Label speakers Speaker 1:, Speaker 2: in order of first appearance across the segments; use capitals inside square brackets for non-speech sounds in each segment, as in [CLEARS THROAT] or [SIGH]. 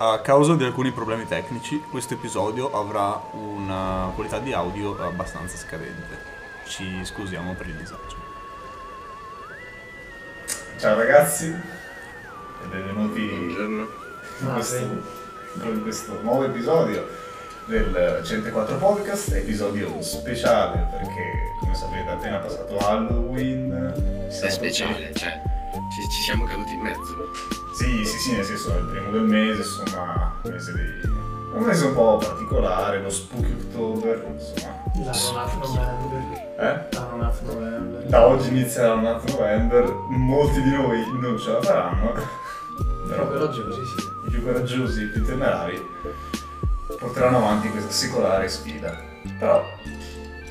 Speaker 1: A causa di alcuni problemi tecnici, questo episodio avrà una qualità di audio abbastanza scadente. Ci scusiamo per il disagio.
Speaker 2: Ciao ragazzi e benvenuti in
Speaker 3: Ah,
Speaker 2: questo, in questo nuovo episodio del 104 Podcast, episodio speciale perché come sapete è appena passato Halloween.
Speaker 3: È speciale, cioè, ci, ci siamo caduti in mezzo.
Speaker 2: Sì, sì, sì, nel senso è il primo del mese, insomma, un mese, di- un mese un po' particolare, lo Spooky October, insomma.
Speaker 4: La non half novembre.
Speaker 2: Eh?
Speaker 4: La non half novembre.
Speaker 2: Da oggi inizierà un altro novembre, molti di noi non ce la faranno, [LAUGHS] però
Speaker 4: Però oggi così sì.
Speaker 2: i più coraggiosi, i più temerari porteranno avanti questa secolare sfida. Però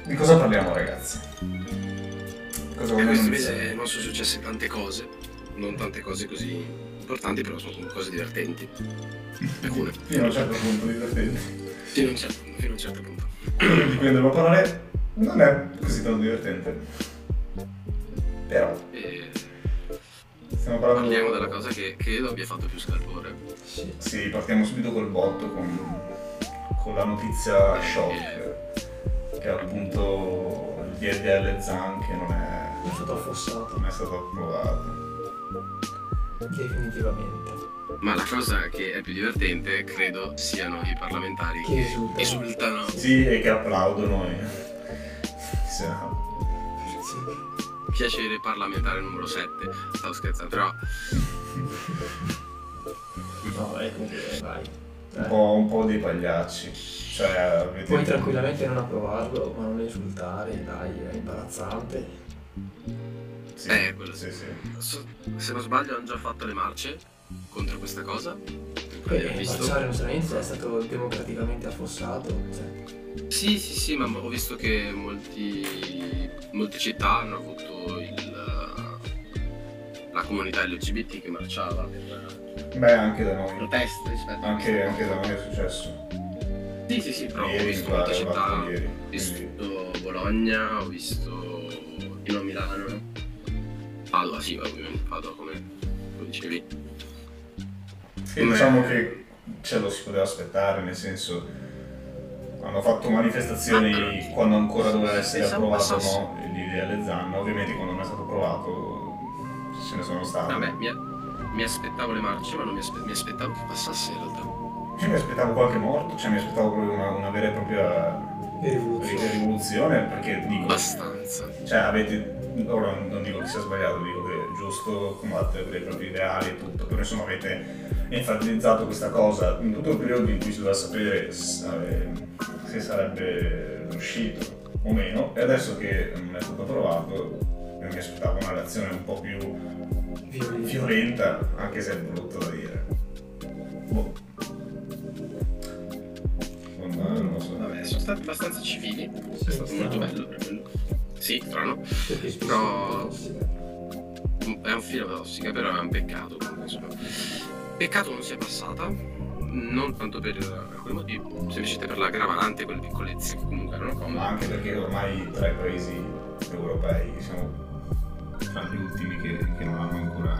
Speaker 2: di cosa parliamo ragazzi? Cosa
Speaker 3: E
Speaker 2: vogliamo
Speaker 3: questo
Speaker 2: iniziare?
Speaker 3: mese non sono successe tante cose, non tante cose così importanti, però sono comunque cose divertenti. Alcune.
Speaker 2: Fino a un certo punto divertente.
Speaker 3: Fino a un certo, fino a un certo punto.
Speaker 2: Quello di cui andremo a parlare non è così tanto divertente. Però
Speaker 3: E
Speaker 2: stiamo parlando...
Speaker 3: parliamo della cosa che credo abbia fatto più scalpore.
Speaker 4: Sì.
Speaker 2: Sì, partiamo subito col botto con, con la notizia shock che è appunto il DDL Zan che non è,
Speaker 4: È stato affossato
Speaker 2: non è stato approvato.
Speaker 4: definitivamente.
Speaker 3: Ma la cosa che è più divertente, credo, siano i parlamentari
Speaker 4: Che
Speaker 3: che
Speaker 4: esultano.
Speaker 3: esultano.
Speaker 2: Sì, e che applaudono e... Sì, no.
Speaker 3: Piacere parlamentare numero 7. Stavo scherzando, però
Speaker 4: No, è comunque vai.
Speaker 2: un,
Speaker 4: Eh.
Speaker 2: po', un po' dei pagliacci. Cioè, avete...
Speaker 4: Puoi tranquillamente non approvarlo, ma non esultare, dai, è imbarazzante.
Speaker 2: Sì,
Speaker 3: Eh, quello
Speaker 2: sì, sì.
Speaker 3: so- se non sbaglio hanno già fatto le marce contro questa cosa. Quindi
Speaker 5: Eh,
Speaker 3: ho
Speaker 4: E
Speaker 3: visto.
Speaker 4: marciare non sarà niente, è stato democraticamente affossato. Cioè,
Speaker 3: Sì, sì, sì, ma ho visto che molti, molte città hanno avuto il, la comunità LGBT che marciava per
Speaker 2: Beh, anche da noi.
Speaker 3: proteste rispetto a
Speaker 2: Anche,
Speaker 3: questa
Speaker 2: anche da
Speaker 3: cosa.
Speaker 2: noi è successo.
Speaker 3: Sì, sì, sì, però ho
Speaker 2: Ieri, mi
Speaker 3: visto
Speaker 2: pare,
Speaker 3: molte città,
Speaker 2: l'altro
Speaker 3: ho
Speaker 2: ieri. Quindi,
Speaker 3: visto Bologna, ho visto Milano, Milano, Padova, sì, ovviamente Padova come come dicevi.
Speaker 2: E diciamo che ce lo si poteva aspettare, nel senso hanno fatto manifestazioni quando ancora doveva essere
Speaker 3: Pensavo
Speaker 2: approvato
Speaker 3: passasse.
Speaker 2: no, l'idea alle zanne, ovviamente quando non è stato approvato ce ne sono state.
Speaker 3: Vabbè, mi, mi aspettavo le marce, ma non mi, aspe- mi aspettavo che passasse in realtà.
Speaker 2: Cioè, mi aspettavo qualche morto, cioè mi aspettavo proprio una, una vera e propria
Speaker 4: è rivoluzione.
Speaker 2: rivoluzione perché dico,
Speaker 3: Abbastanza.
Speaker 2: cioè avete, ora non dico che sia sbagliato, dico che è giusto combattere per i propri ideali e tutto, però insomma avete enfatizzato questa cosa in tutto il periodo in cui si doveva sapere s- eh, se sarebbe uscito o meno e adesso che non è stato approvato io mi aspettavo una reazione un po' più
Speaker 4: Violenta.
Speaker 2: violenta, anche se è brutto da dire. Boh. Non, non lo so.
Speaker 3: Vabbè, sono stati abbastanza civili, è stato molto bello per quello. Sì, strano.
Speaker 4: Perché spesso
Speaker 3: No.
Speaker 4: è tossica.
Speaker 3: È un filo tossica, però è un peccato. comunque, insomma. Peccato non sia passata, non tanto per quel motivo, semplicemente per la gravante, quelle piccolezze che comunque erano comode.
Speaker 2: ma anche perché ormai tra i paesi europei siamo tra gli ultimi che, che non hanno ancora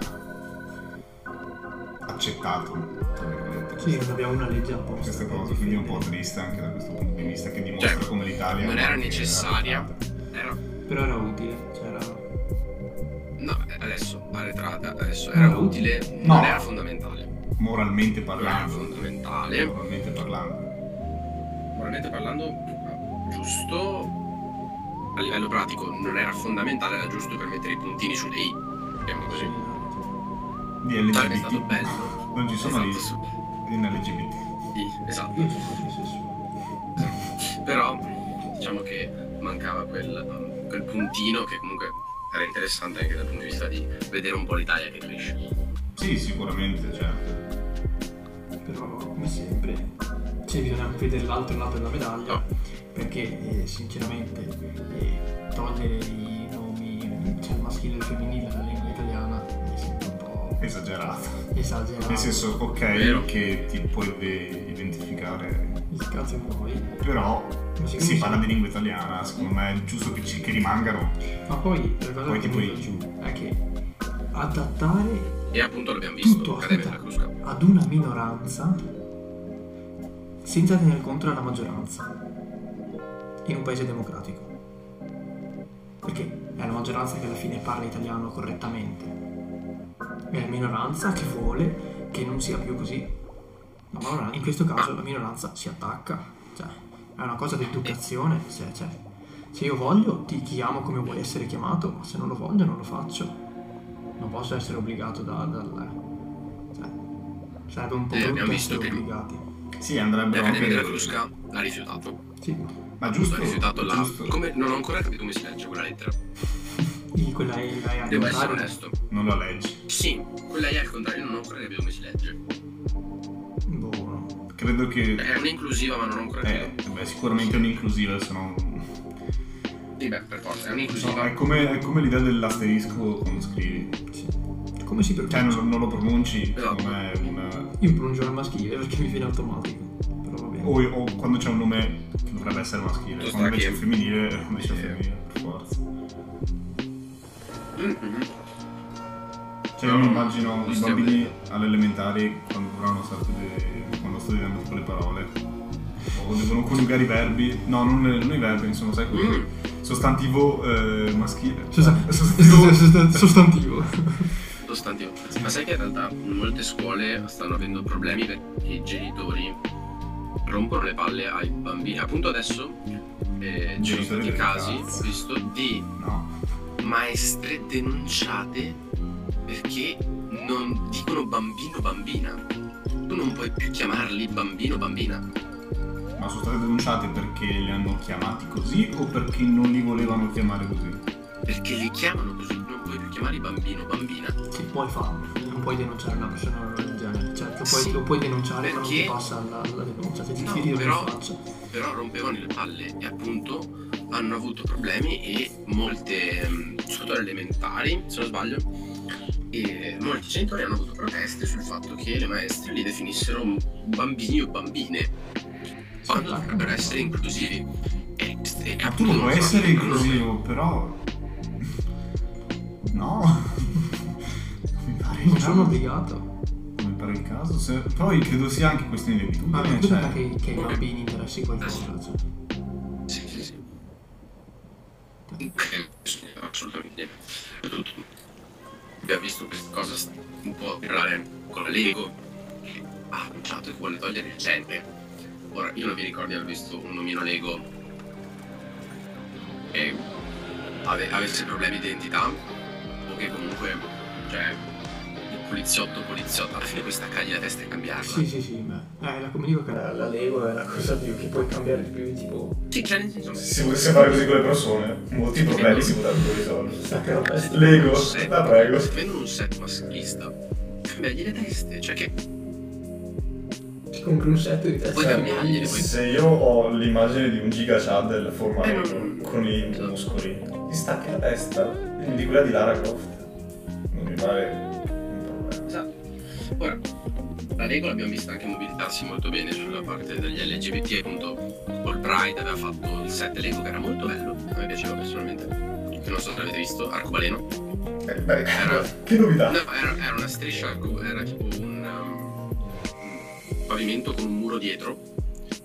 Speaker 2: accettato tra virgolette,
Speaker 4: Sì, non abbiamo una legge apposta.
Speaker 2: queste cose, quindi è un po' triste anche da questo punto di vista che dimostra
Speaker 3: Cioè,
Speaker 2: come l'Italia
Speaker 3: non era necessaria.
Speaker 2: arretrata.
Speaker 3: Era,
Speaker 4: Però era utile, cioè era...
Speaker 3: no, adesso arretrata, adesso era
Speaker 4: No.
Speaker 3: utile, non
Speaker 2: No.
Speaker 3: era fondamentale.
Speaker 2: moralmente
Speaker 3: Non era
Speaker 2: parlando
Speaker 3: fondamentale.
Speaker 2: moralmente parlando
Speaker 3: Moralmente parlando, giusto. A livello pratico non era fondamentale, era giusto per mettere i puntini sulle i. Diciamo così.
Speaker 2: di
Speaker 3: Sarebbe stato
Speaker 2: LGBT
Speaker 3: bello.
Speaker 2: non ci sono
Speaker 3: Esatto, su-
Speaker 2: lì in LGBT
Speaker 3: sì, esatto.
Speaker 4: Io sono bisessuale.
Speaker 3: però diciamo che mancava quel, quel puntino che comunque era interessante anche dal punto di vista di vedere un po' l'Italia che cresce.
Speaker 2: sì sicuramente cioè
Speaker 4: però come sempre cioè, bisogna anche vedere l'altro lato della medaglia
Speaker 2: Ah.
Speaker 3: No.
Speaker 4: perché eh, sinceramente eh, togliere i nomi cioè il maschile e il femminile dalla lingua italiana mi sembra un po'
Speaker 2: esagerato
Speaker 4: esagerato
Speaker 2: Esatto. nel senso ok
Speaker 3: Vero.
Speaker 2: che ti puoi de- identificare
Speaker 4: il cazzo di noi
Speaker 2: però
Speaker 4: Ma
Speaker 2: se
Speaker 4: sì,
Speaker 2: si
Speaker 4: sì.
Speaker 2: parla di lingua italiana secondo me è giusto che, ci- che rimangano
Speaker 4: ma poi la cosa
Speaker 2: Poi
Speaker 4: che
Speaker 2: ti
Speaker 4: mi
Speaker 2: puoi-
Speaker 4: va giù è che adattare
Speaker 3: E appunto l'abbiamo visto,
Speaker 4: tutto
Speaker 3: Accademia
Speaker 4: aspetta,
Speaker 3: della Crusca.
Speaker 4: ad una minoranza senza tenere conto della maggioranza in un paese democratico. Perché è la maggioranza che alla fine parla italiano correttamente, è la minoranza che vuole che non sia più così. La minoran- in questo caso la minoranza si attacca, cioè è una cosa di educazione, se, cioè, se io voglio ti chiamo come vuoi essere chiamato, ma se non lo voglio non lo faccio. Non posso essere obbligato da, dal... Cioè, sarebbe un po'
Speaker 3: Eh, abbiamo
Speaker 4: brutto
Speaker 3: visto
Speaker 4: essere
Speaker 3: che-
Speaker 4: obbligati.
Speaker 2: Sì, andrebbero
Speaker 3: L'Accademia della
Speaker 2: anche...
Speaker 3: Crusca l'ha rifiutato.
Speaker 4: Sì.
Speaker 2: Ma
Speaker 3: Giusto,
Speaker 2: giusto,
Speaker 3: ha rifiutato la...
Speaker 2: giusto.
Speaker 3: Come... Non ho ancora capito come si legge quella lettera.
Speaker 4: Di quella è la
Speaker 3: Devo essere onesto.
Speaker 2: Non la leggi.
Speaker 3: Sì, quella è al contrario, non ho ancora capito come si legge.
Speaker 4: Boh, Buono.
Speaker 2: Credo che...
Speaker 3: È un'inclusiva, ma non ho ancora
Speaker 2: Eh,
Speaker 3: capito.
Speaker 2: beh, sicuramente è un'inclusiva, se no...
Speaker 3: Sì, beh, per forza, è
Speaker 2: No, ecco.
Speaker 3: un'inclusiva.
Speaker 2: è, come, è come l'idea dell'asterisco quando scrivi.
Speaker 4: Sì. Come si
Speaker 2: Cioè,
Speaker 4: pronuncia?
Speaker 2: non, non lo pronunci,
Speaker 3: Esatto.
Speaker 2: secondo me, è un...
Speaker 4: Io pronuncio al maschile perché mi viene automatico. Però va bene.
Speaker 2: O, o quando c'è un nome che dovrebbe essere maschile,
Speaker 3: Giusto,
Speaker 2: quando invece è
Speaker 3: anche-
Speaker 2: femminile, [LAUGHS] invece è
Speaker 3: Sì.
Speaker 2: femminile, per forza.
Speaker 3: Mhm.
Speaker 2: Cioè,
Speaker 3: Mm.
Speaker 2: io mi immagino i
Speaker 3: Stiamo
Speaker 2: bambini alle elementari quando dovranno sapere, quando studiano tutte le parole, o devono coniugare i verbi, no, non, non i verbi, insomma, sai,
Speaker 3: Mm.
Speaker 2: quel sostantivo eh, maschile.
Speaker 4: Sostan-
Speaker 2: Sostantivo-
Speaker 4: sostan- sostantivo.
Speaker 3: Sostantivo. Ma sai che in realtà molte scuole stanno avendo problemi perché i genitori rompono le palle ai bambini. Appunto adesso eh, ci
Speaker 2: Genitori
Speaker 3: sono stati
Speaker 2: del
Speaker 3: casi,
Speaker 2: cazzo.
Speaker 3: ho visto, di
Speaker 2: Cioè, No,
Speaker 3: maestre denunciate perché non dicono bambino bambina. Tu non puoi più chiamarli bambino bambina.
Speaker 2: ma sono state denunciate perché li hanno chiamati così o perché non li volevano chiamare così?
Speaker 3: Perché li chiamano così, non puoi più chiamarli bambino bambina.
Speaker 4: Che puoi farlo. Non puoi denunciare una persona del genere. Cioè, lo puoi,
Speaker 3: Sì.
Speaker 4: lo puoi denunciare ma non ti
Speaker 3: Perché?
Speaker 4: passa la, la denuncia. Se ti
Speaker 3: No,
Speaker 4: fidi
Speaker 3: però-
Speaker 4: non lo faccio.
Speaker 3: però rompevano le palle e appunto hanno avuto problemi e molte, ehm, soprattutto alle elementari se non sbaglio, e molti genitori hanno avuto proteste sul fatto che le maestre li definissero bambini o bambine, quando
Speaker 4: Sì,
Speaker 3: dovrebbero essere inclusivi. E, e
Speaker 2: Ma tu non
Speaker 3: appunto
Speaker 2: puoi
Speaker 3: so,
Speaker 2: essere
Speaker 3: non-
Speaker 2: inclusivo, però. No. [LAUGHS] Mi pare il
Speaker 4: Non sono
Speaker 2: caso.
Speaker 4: obbligato.
Speaker 2: Mi pare il caso. se- Poi credo sia anche questione di
Speaker 4: Ma
Speaker 2: abitudine.
Speaker 4: non
Speaker 2: cioè,
Speaker 4: che, che ai
Speaker 3: Ok. Eh,
Speaker 4: bambini interessi qualcosa. Cioè.
Speaker 3: Sì, sì, sì. Eh, sì, Assolutamente. Soprattutto Abbiamo visto questa cosa sta- un po' virale con la Lego che ha annunciato che vuole togliere il genere. Ora, io non mi ricordo di aver visto un omino Lego che ave- avesse problemi di identità o che comunque, cioè, il poliziotto, poliziotto, alla fine questa caglia la testa e cambiarla.
Speaker 4: Sì, sì, sì. beh. Eh, la, come dico che la, la Lego è la cosa più che puoi cambiare di più. Tipo,
Speaker 3: Sì, cioè, nel senso-
Speaker 2: se potesse fare così con le persone, molti problemi si potrebbero risolvere. Lego,
Speaker 3: Se-
Speaker 2: la prego.
Speaker 3: se vendo un set maschilista, cambiagli le teste, cioè che
Speaker 4: ti compri un set di
Speaker 3: Puoi cambiargli, puoi-
Speaker 2: Se io ho l'immagine di un giga Chad
Speaker 3: Eh,
Speaker 2: formato
Speaker 3: non-
Speaker 2: con i
Speaker 3: esatto.
Speaker 2: muscoli, mi stacchi la testa e mi di quella di Lara Croft. Non mi pare un problema.
Speaker 3: Esatto. Ora, la Lego l'abbiamo vista anche mobilitarsi molto bene sulla parte degli LGBT, appunto All Pride aveva fatto il set Lego che era molto bello, a me piaceva personalmente, non so se l'avete visto, arcobaleno,
Speaker 2: Eh, [LAUGHS] beh,
Speaker 3: Era-
Speaker 2: che novità!
Speaker 3: No, era, era una striscia, arco- era tipo un um, un pavimento con un muro dietro,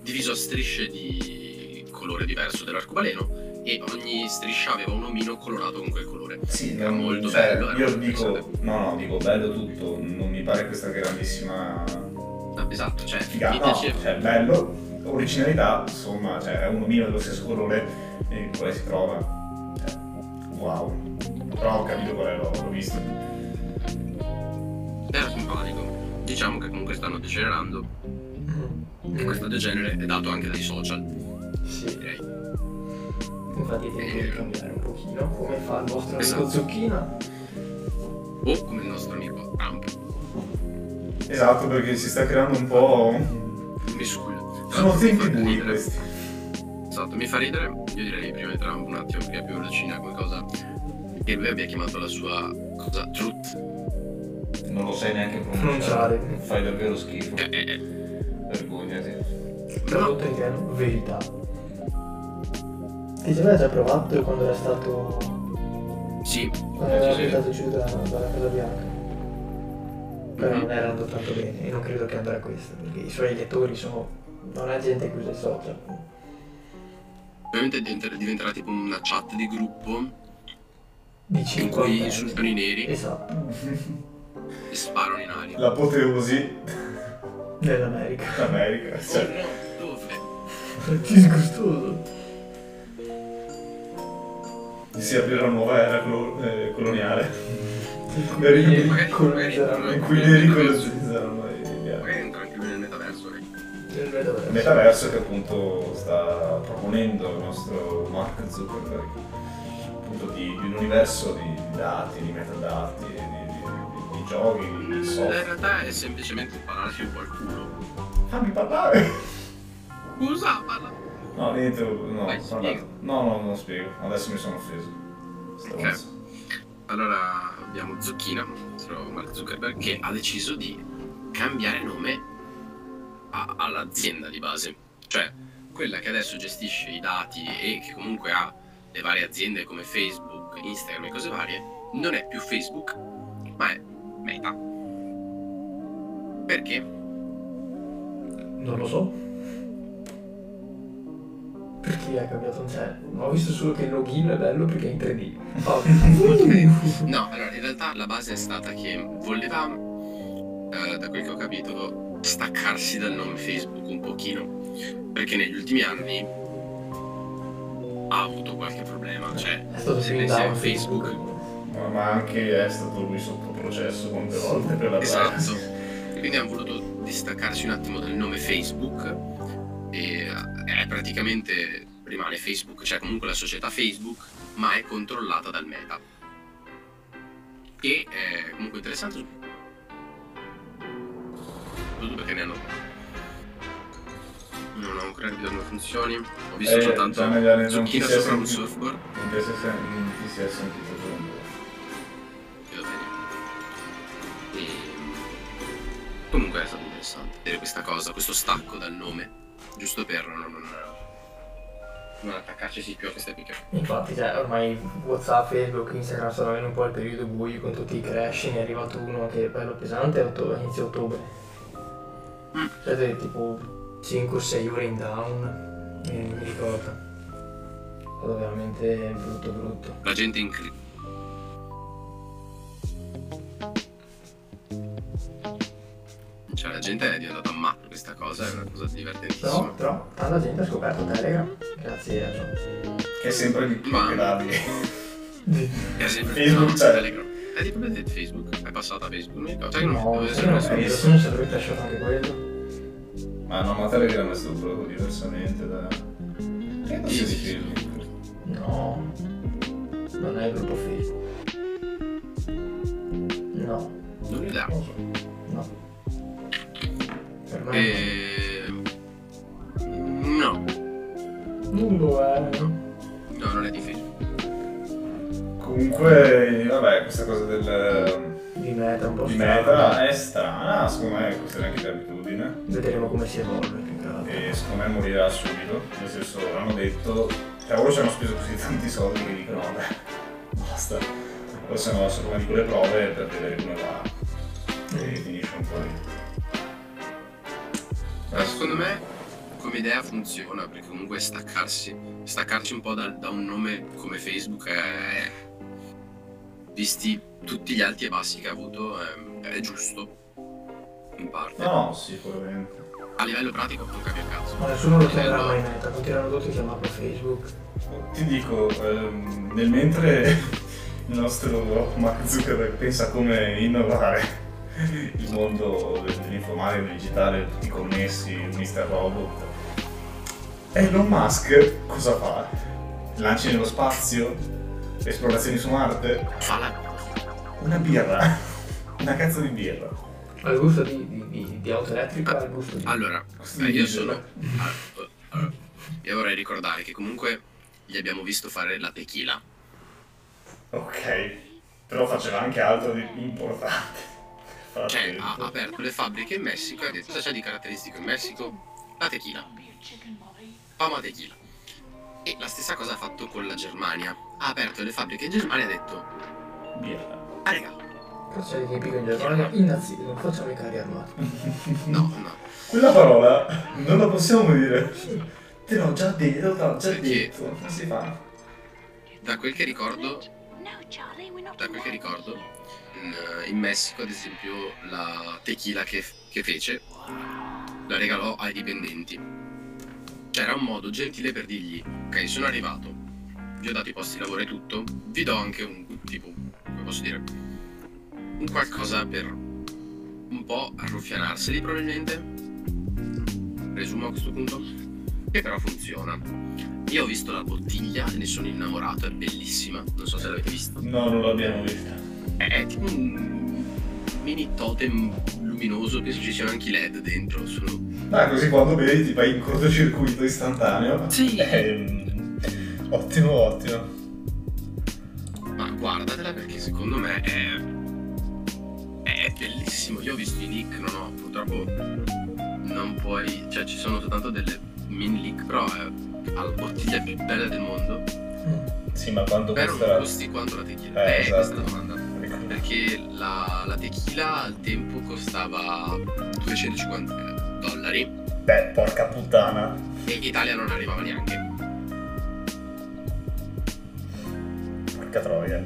Speaker 3: diviso a strisce di colore diverso dell'arcobaleno e ogni striscia aveva un omino colorato con quel colore.
Speaker 2: Sì,
Speaker 3: Era
Speaker 2: non-
Speaker 3: molto
Speaker 2: cioè,
Speaker 3: bello, era
Speaker 2: Io
Speaker 3: molto
Speaker 2: dico,
Speaker 3: interessante.
Speaker 2: no, no, dico bello tutto, non mi pare questa grandissima
Speaker 3: Ah, Esatto, cioè mi
Speaker 2: figata. No,
Speaker 3: piaceva.
Speaker 2: cioè, bello, originalità, insomma, cioè, è un omino dello stesso colore in cui si trova. Cioè, wow. Però ho capito qual è, l'ho, l'ho visto.
Speaker 3: era simpatico. Diciamo che comunque stanno degenerando.
Speaker 5: Mm.
Speaker 2: Mm.
Speaker 3: E questo degenere è dato anche dai social,
Speaker 5: Sì,
Speaker 3: direi.
Speaker 5: infatti è tempo di cambiare un pochino come fa il vostro
Speaker 3: Esatto.
Speaker 5: amico Zucchina.
Speaker 3: O come il nostro amico Trump.
Speaker 2: Esatto, perché si sta creando un po'...
Speaker 3: Mi scuso.
Speaker 2: Sono
Speaker 3: Mi
Speaker 2: tempi
Speaker 3: fa
Speaker 2: bui
Speaker 3: ridere.
Speaker 2: questi.
Speaker 3: Esatto, mi fa ridere. Io direi prima di Trump un attimo perché è più vicina come cosa. Che lui abbia chiamato la sua cosa truth.
Speaker 6: Non lo sai neanche
Speaker 5: Pronunciare.
Speaker 6: pronunciare. Fai davvero schifo.
Speaker 3: Che Cioè, è.
Speaker 6: Vergognati.
Speaker 3: No,
Speaker 5: Tradotto in italiano, verità. Ti aveva già provato quando era stato.
Speaker 3: sì,
Speaker 5: quando era diventato giù dalla dalla Casa Bianca. però
Speaker 3: Mm-hmm.
Speaker 5: non era andato tanto bene e non credo che andrà questa, perché i suoi elettori sono... non ha gente che usa i social.
Speaker 3: Ovviamente diventer- diventerà tipo una chat di gruppo
Speaker 5: Di
Speaker 3: in
Speaker 5: 50
Speaker 3: cui
Speaker 5: anni.
Speaker 3: insultano i neri
Speaker 5: Esatto,
Speaker 3: e sparano in aria.
Speaker 2: L'apoteosi
Speaker 5: dell'America.
Speaker 2: d'America.
Speaker 3: Oh
Speaker 2: Cioè,
Speaker 3: no, dove?
Speaker 5: [LAUGHS] Disgustoso.
Speaker 2: si apre la nuova era colo- eh, coloniale.
Speaker 5: Neri
Speaker 3: Magari-
Speaker 5: colonizzeranno
Speaker 2: In
Speaker 5: il
Speaker 2: cui i neri colonizzarono i bianchi.
Speaker 3: Magari entra anche nel metaverso. eh.
Speaker 5: metaverso.
Speaker 2: Il metaverso che appunto sta proponendo il nostro Mark Zuckerberg appunto di, di un universo di, di dati, di metadati, di, di- di- di giochi, di, di
Speaker 3: In
Speaker 2: software.
Speaker 3: realtà è semplicemente parlarsi un po' al culo.
Speaker 2: Fammi parlare!
Speaker 3: Scusa, parla.
Speaker 2: No, niente, no,
Speaker 3: Vai,
Speaker 2: sono
Speaker 3: spiega.
Speaker 2: andato. No, no, non spiego. Adesso mi sono offeso. Stronzo.
Speaker 3: Allora abbiamo Zucchina, nostro Mark Zuckerberg, che ha deciso di cambiare nome a- all'azienda di base. Cioè, quella che adesso gestisce i dati e che comunque ha le varie aziende come Facebook, Instagram e cose varie, non è più Facebook, ma è Meta. Perché?
Speaker 5: Non lo so. Perché ha cambiato? Cioè, ho visto solo che il login è bello perché è in 3D.
Speaker 3: Molto
Speaker 5: Oh.
Speaker 3: carino.
Speaker 5: [LAUGHS]
Speaker 3: No, allora in realtà la base è stata che voleva, eh, da quel che ho capito, staccarsi dal nome Facebook un pochino, perché negli ultimi anni ha avuto qualche problema, cioè
Speaker 5: è stato
Speaker 3: se
Speaker 5: più in
Speaker 3: pensi a
Speaker 5: down.
Speaker 3: Facebook,
Speaker 2: Ma, ma anche è stato lui sotto processo quante
Speaker 5: Sì.
Speaker 2: volte per la
Speaker 3: esatto, e quindi hanno voluto distaccarsi un attimo dal nome Facebook e eh, praticamente rimane Facebook, cioè comunque la società Facebook, ma è controllata dal Meta. Che è comunque interessante soprattutto perché ne hanno non ho ancora capito come funzioni ho visto
Speaker 2: Eh, già negli anni
Speaker 3: soltanto zucchina
Speaker 2: 90
Speaker 3: sopra
Speaker 2: sentito.
Speaker 3: un surfboard
Speaker 2: Non ti sei sen- non ti sei sentito giù.
Speaker 3: e va bene e comunque è stato interessante vedere questa cosa questo stacco dal nome giusto per non, non, non attaccarci più a queste picche
Speaker 5: Infatti, cioè, ormai Whatsapp, Facebook, Instagram stanno avendo un po' il periodo buio con tutti i crash, ne è arrivato uno che è bello pesante a otto- a inizio ottobre.
Speaker 3: Mm.
Speaker 5: Cioè, te- tipo 5 o 6 ore in down, eh, non mi ricordo. È stato veramente brutto brutto.
Speaker 3: la gente in crisi cioè la gente è diventata matta per questa cosa è una cosa divertentissima
Speaker 5: Però, però, tanta gente ha scoperto Telegram, grazie a ciò.
Speaker 2: Che è sempre di più
Speaker 3: Ma-
Speaker 2: gradi.
Speaker 3: È sempre
Speaker 2: Facebook
Speaker 3: no,
Speaker 2: c'è.
Speaker 3: Telegram. ecco. È tipo vedete Facebook, è passata a Facebook, non mi ricordo. Sai che non
Speaker 5: No,
Speaker 3: deve
Speaker 5: se non
Speaker 3: essere
Speaker 5: sapevo,
Speaker 2: messo.
Speaker 5: se non sarebbe cresciuto anche quello.
Speaker 2: Ma no, ma Telegram è stato prodotto diversamente da... Credo sia di Facebook.
Speaker 5: No, non è il gruppo Facebook. No,
Speaker 3: Non ho idea.
Speaker 2: Non lo so.
Speaker 5: no. Per me
Speaker 3: Eh. E... No,
Speaker 5: non lo è.
Speaker 3: no, non è di Facebook.
Speaker 2: Comunque, vabbè, questa cosa del,
Speaker 5: Di meta un po'
Speaker 2: di
Speaker 5: strana.
Speaker 2: meta eh. è strana, secondo me questa è anche l'abitudine
Speaker 5: Vedremo come si evolve. più che altro.
Speaker 2: e secondo me morirà subito, nel senso hanno detto, cioè loro ci hanno speso così tanti soldi che dicono vabbè, basta, poi se no sono di quelle prove per vedere come va e finisce un po' lì.
Speaker 3: Ma secondo me come idea funziona, perché comunque staccarsi, staccarci un po' dal- da, un nome come Facebook è... Visti tutti gli alti e bassi che ha avuto, è, è giusto. In parte.
Speaker 2: No, sicuramente.
Speaker 3: A livello pratico non cambia cazzo.
Speaker 5: Ma nessuno lo
Speaker 3: A livello-
Speaker 5: chiamerà mai meta, continueranno tutti a chiamarlo Facebook.
Speaker 2: Ti dico, ehm, nel mentre [LAUGHS] il nostro Mark Zuckerberg pensa come innovare [LAUGHS] il mondo del- dell'informatica, del digitale, tutti connessi, il Mr. Robot, Elon Musk cosa fa? Lanci nello spazio? Esplorazioni su Marte?
Speaker 3: Fa la...
Speaker 2: Una birra? [LAUGHS] Una cazzo di birra?
Speaker 5: Ha il gusto di, di, di, di auto elettrica, ha il gusto di...
Speaker 3: Allora,
Speaker 2: Costa
Speaker 3: eh,
Speaker 2: di
Speaker 3: io
Speaker 2: diesel.
Speaker 3: sono. allora, allora, io vorrei ricordare che comunque gli abbiamo visto fare la tequila.
Speaker 2: Ok, però faceva anche altro di importante. Fa
Speaker 3: Cioè,
Speaker 2: tempo.
Speaker 3: ha aperto le fabbriche in Messico e ha detto cosa c'è di caratteristico in Messico? La tequila. Fama tequila. E la stessa cosa ha fatto con la Germania. Ha aperto le fabbriche in Germania e ha detto:
Speaker 2: Birra.
Speaker 3: Ah, raga,
Speaker 5: Procede tipico in Germania, il nazismo, facciamo i carri armati.
Speaker 3: No, no.
Speaker 2: Quella parola non la possiamo dire. Te l'ho già detto, te l'ho già
Speaker 3: Perché?
Speaker 2: detto. Non si fa.
Speaker 3: Da quel che ricordo, da
Speaker 7: da
Speaker 3: quel che ricordo, in, eh, in Messico ad esempio la tequila che, che fece la regalò ai dipendenti. C'era un modo gentile per dirgli, ok, sono arrivato, vi ho dato i posti di lavoro e tutto, vi do anche un tipo, come posso dire, un qualcosa per un po' arruffianarseli probabilmente, presumo a questo punto, che però funziona. Io ho visto la bottiglia e ne sono innamorato, è bellissima, non so se l'avete vista.
Speaker 2: No, non l'abbiamo vista.
Speaker 3: È, è tipo un mini totem luminoso, penso ci siano anche i led dentro, sono...
Speaker 2: Ah, così quando bevi ti fai in cortocircuito istantaneo.
Speaker 3: Sì.
Speaker 2: Ehm, ottimo, ottimo.
Speaker 3: Ma guardatela perché secondo me è... è bellissimo. Io ho visto i leak, non ho, purtroppo non puoi... cioè ci sono soltanto delle mini leak, però è la bottiglia più bella del mondo.
Speaker 2: Sì, ma quanto
Speaker 3: Però
Speaker 2: costerà?
Speaker 3: non costi quanto la tequila.
Speaker 2: Eh,
Speaker 3: Eh,
Speaker 2: esatto.
Speaker 3: questa domanda. perché la, la tequila al tempo costava 250 dollari
Speaker 2: Beh, porca puttana.
Speaker 3: e in Italia non arrivava neanche.
Speaker 2: Porca troia.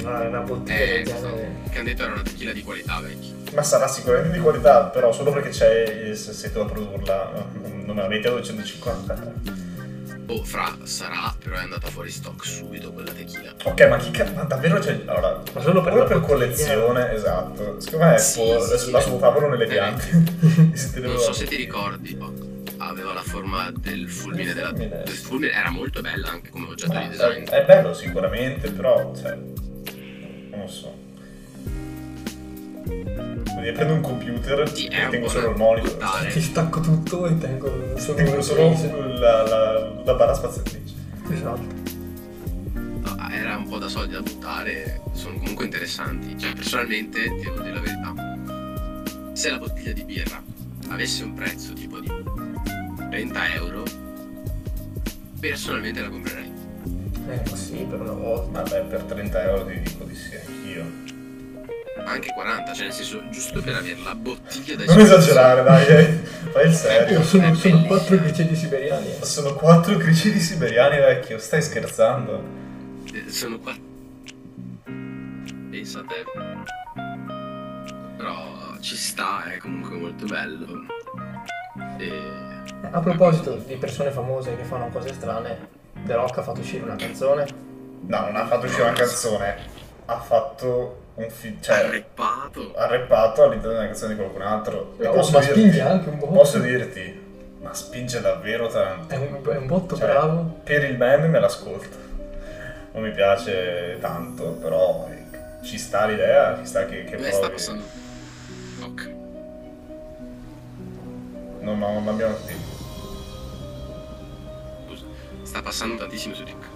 Speaker 5: Una, una bottiglia
Speaker 3: Eh,
Speaker 5: del
Speaker 3: questo
Speaker 5: genere.
Speaker 3: che hanno detto era una tequila di qualità vecchia.
Speaker 2: Ma sarà sicuramente di qualità, però solo perché c'è se sei tu a produrla. Non me la metti a 250.
Speaker 3: Boh, fra sarà, però è andata fuori stock subito quella tequila.
Speaker 2: Ok, ma chi cazzo. Ma davvero c'è. Allora,
Speaker 5: Ma solo per
Speaker 2: proprio
Speaker 5: la
Speaker 2: per
Speaker 5: bottiglia?
Speaker 2: collezione, esatto. Secondo me è
Speaker 3: Sì,
Speaker 2: fuori-
Speaker 3: sì, sì.
Speaker 2: la sul tavolo nelle
Speaker 3: Eh,
Speaker 2: piante. [LAUGHS] Si teneva
Speaker 3: Non
Speaker 2: la
Speaker 3: so se
Speaker 2: bottiglia.
Speaker 3: ti ricordi, ma aveva la forma del fulmine della.
Speaker 2: Fulmine. Ah, eh,
Speaker 3: Del fulmine era molto bella anche come oggetto
Speaker 2: Ma
Speaker 3: di design.
Speaker 2: È bello sicuramente, però, cioè, non lo so. Quindi prendo un computer
Speaker 3: Sì, è
Speaker 2: e
Speaker 3: un
Speaker 2: tengo
Speaker 3: po'
Speaker 2: solo il
Speaker 3: da
Speaker 2: monitor.
Speaker 3: buttare.
Speaker 2: [LAUGHS]
Speaker 5: Ti stacco tutto e tengo solo
Speaker 2: Tengo
Speaker 5: un
Speaker 2: solo
Speaker 5: case.
Speaker 2: la, la, la barra spaziatrice.
Speaker 5: Esatto.
Speaker 3: No, Ah, era un po' da soldi da buttare, sono comunque interessanti. Cioè, personalmente, devo dire la verità, se la bottiglia di birra avesse un prezzo tipo di 30 euro, personalmente la comprerei.
Speaker 5: Eh, ma sì, per una volta.
Speaker 2: Vabbè, per 30 euro ti dico di sì anch'io.
Speaker 3: Ma Anche 40, cioè nel senso, giusto per avere la bottiglia da
Speaker 2: Non esagerare, dai, eh. fai il serio.
Speaker 5: Sono, sono
Speaker 3: bellissimo.
Speaker 5: quattro gricielli siberiani. eh.
Speaker 2: Sono quattro criceti siberiani vecchio, stai scherzando?
Speaker 3: Eh, Sono qua. Pensa a te. Però ci sta, è comunque molto bello. E...
Speaker 5: A proposito di persone famose che fanno cose strane, The Rock ha fatto uscire una canzone.
Speaker 2: No, non ha fatto uscire una canzone, ha fatto un film,
Speaker 3: Cioè,
Speaker 2: cioè ha rappato all'interno della canzone di qualcun altro. E
Speaker 5: Ma
Speaker 2: posso dirti-
Speaker 5: spinge anche un botto.
Speaker 2: Posso dirti, ma spinge davvero tanto.
Speaker 5: È un, è un botto
Speaker 2: Cioè,
Speaker 5: Eh, bravo.
Speaker 2: Per il band me l'ascolto. Non mi piace tanto, però eh, ci sta l'idea, ci sta che, che
Speaker 3: Beh, Eh, sta
Speaker 2: provi.
Speaker 3: passando. Ok.
Speaker 2: No, no, non abbiamo tempo.
Speaker 3: Scusa. Sta passando tantissimo su TikTok.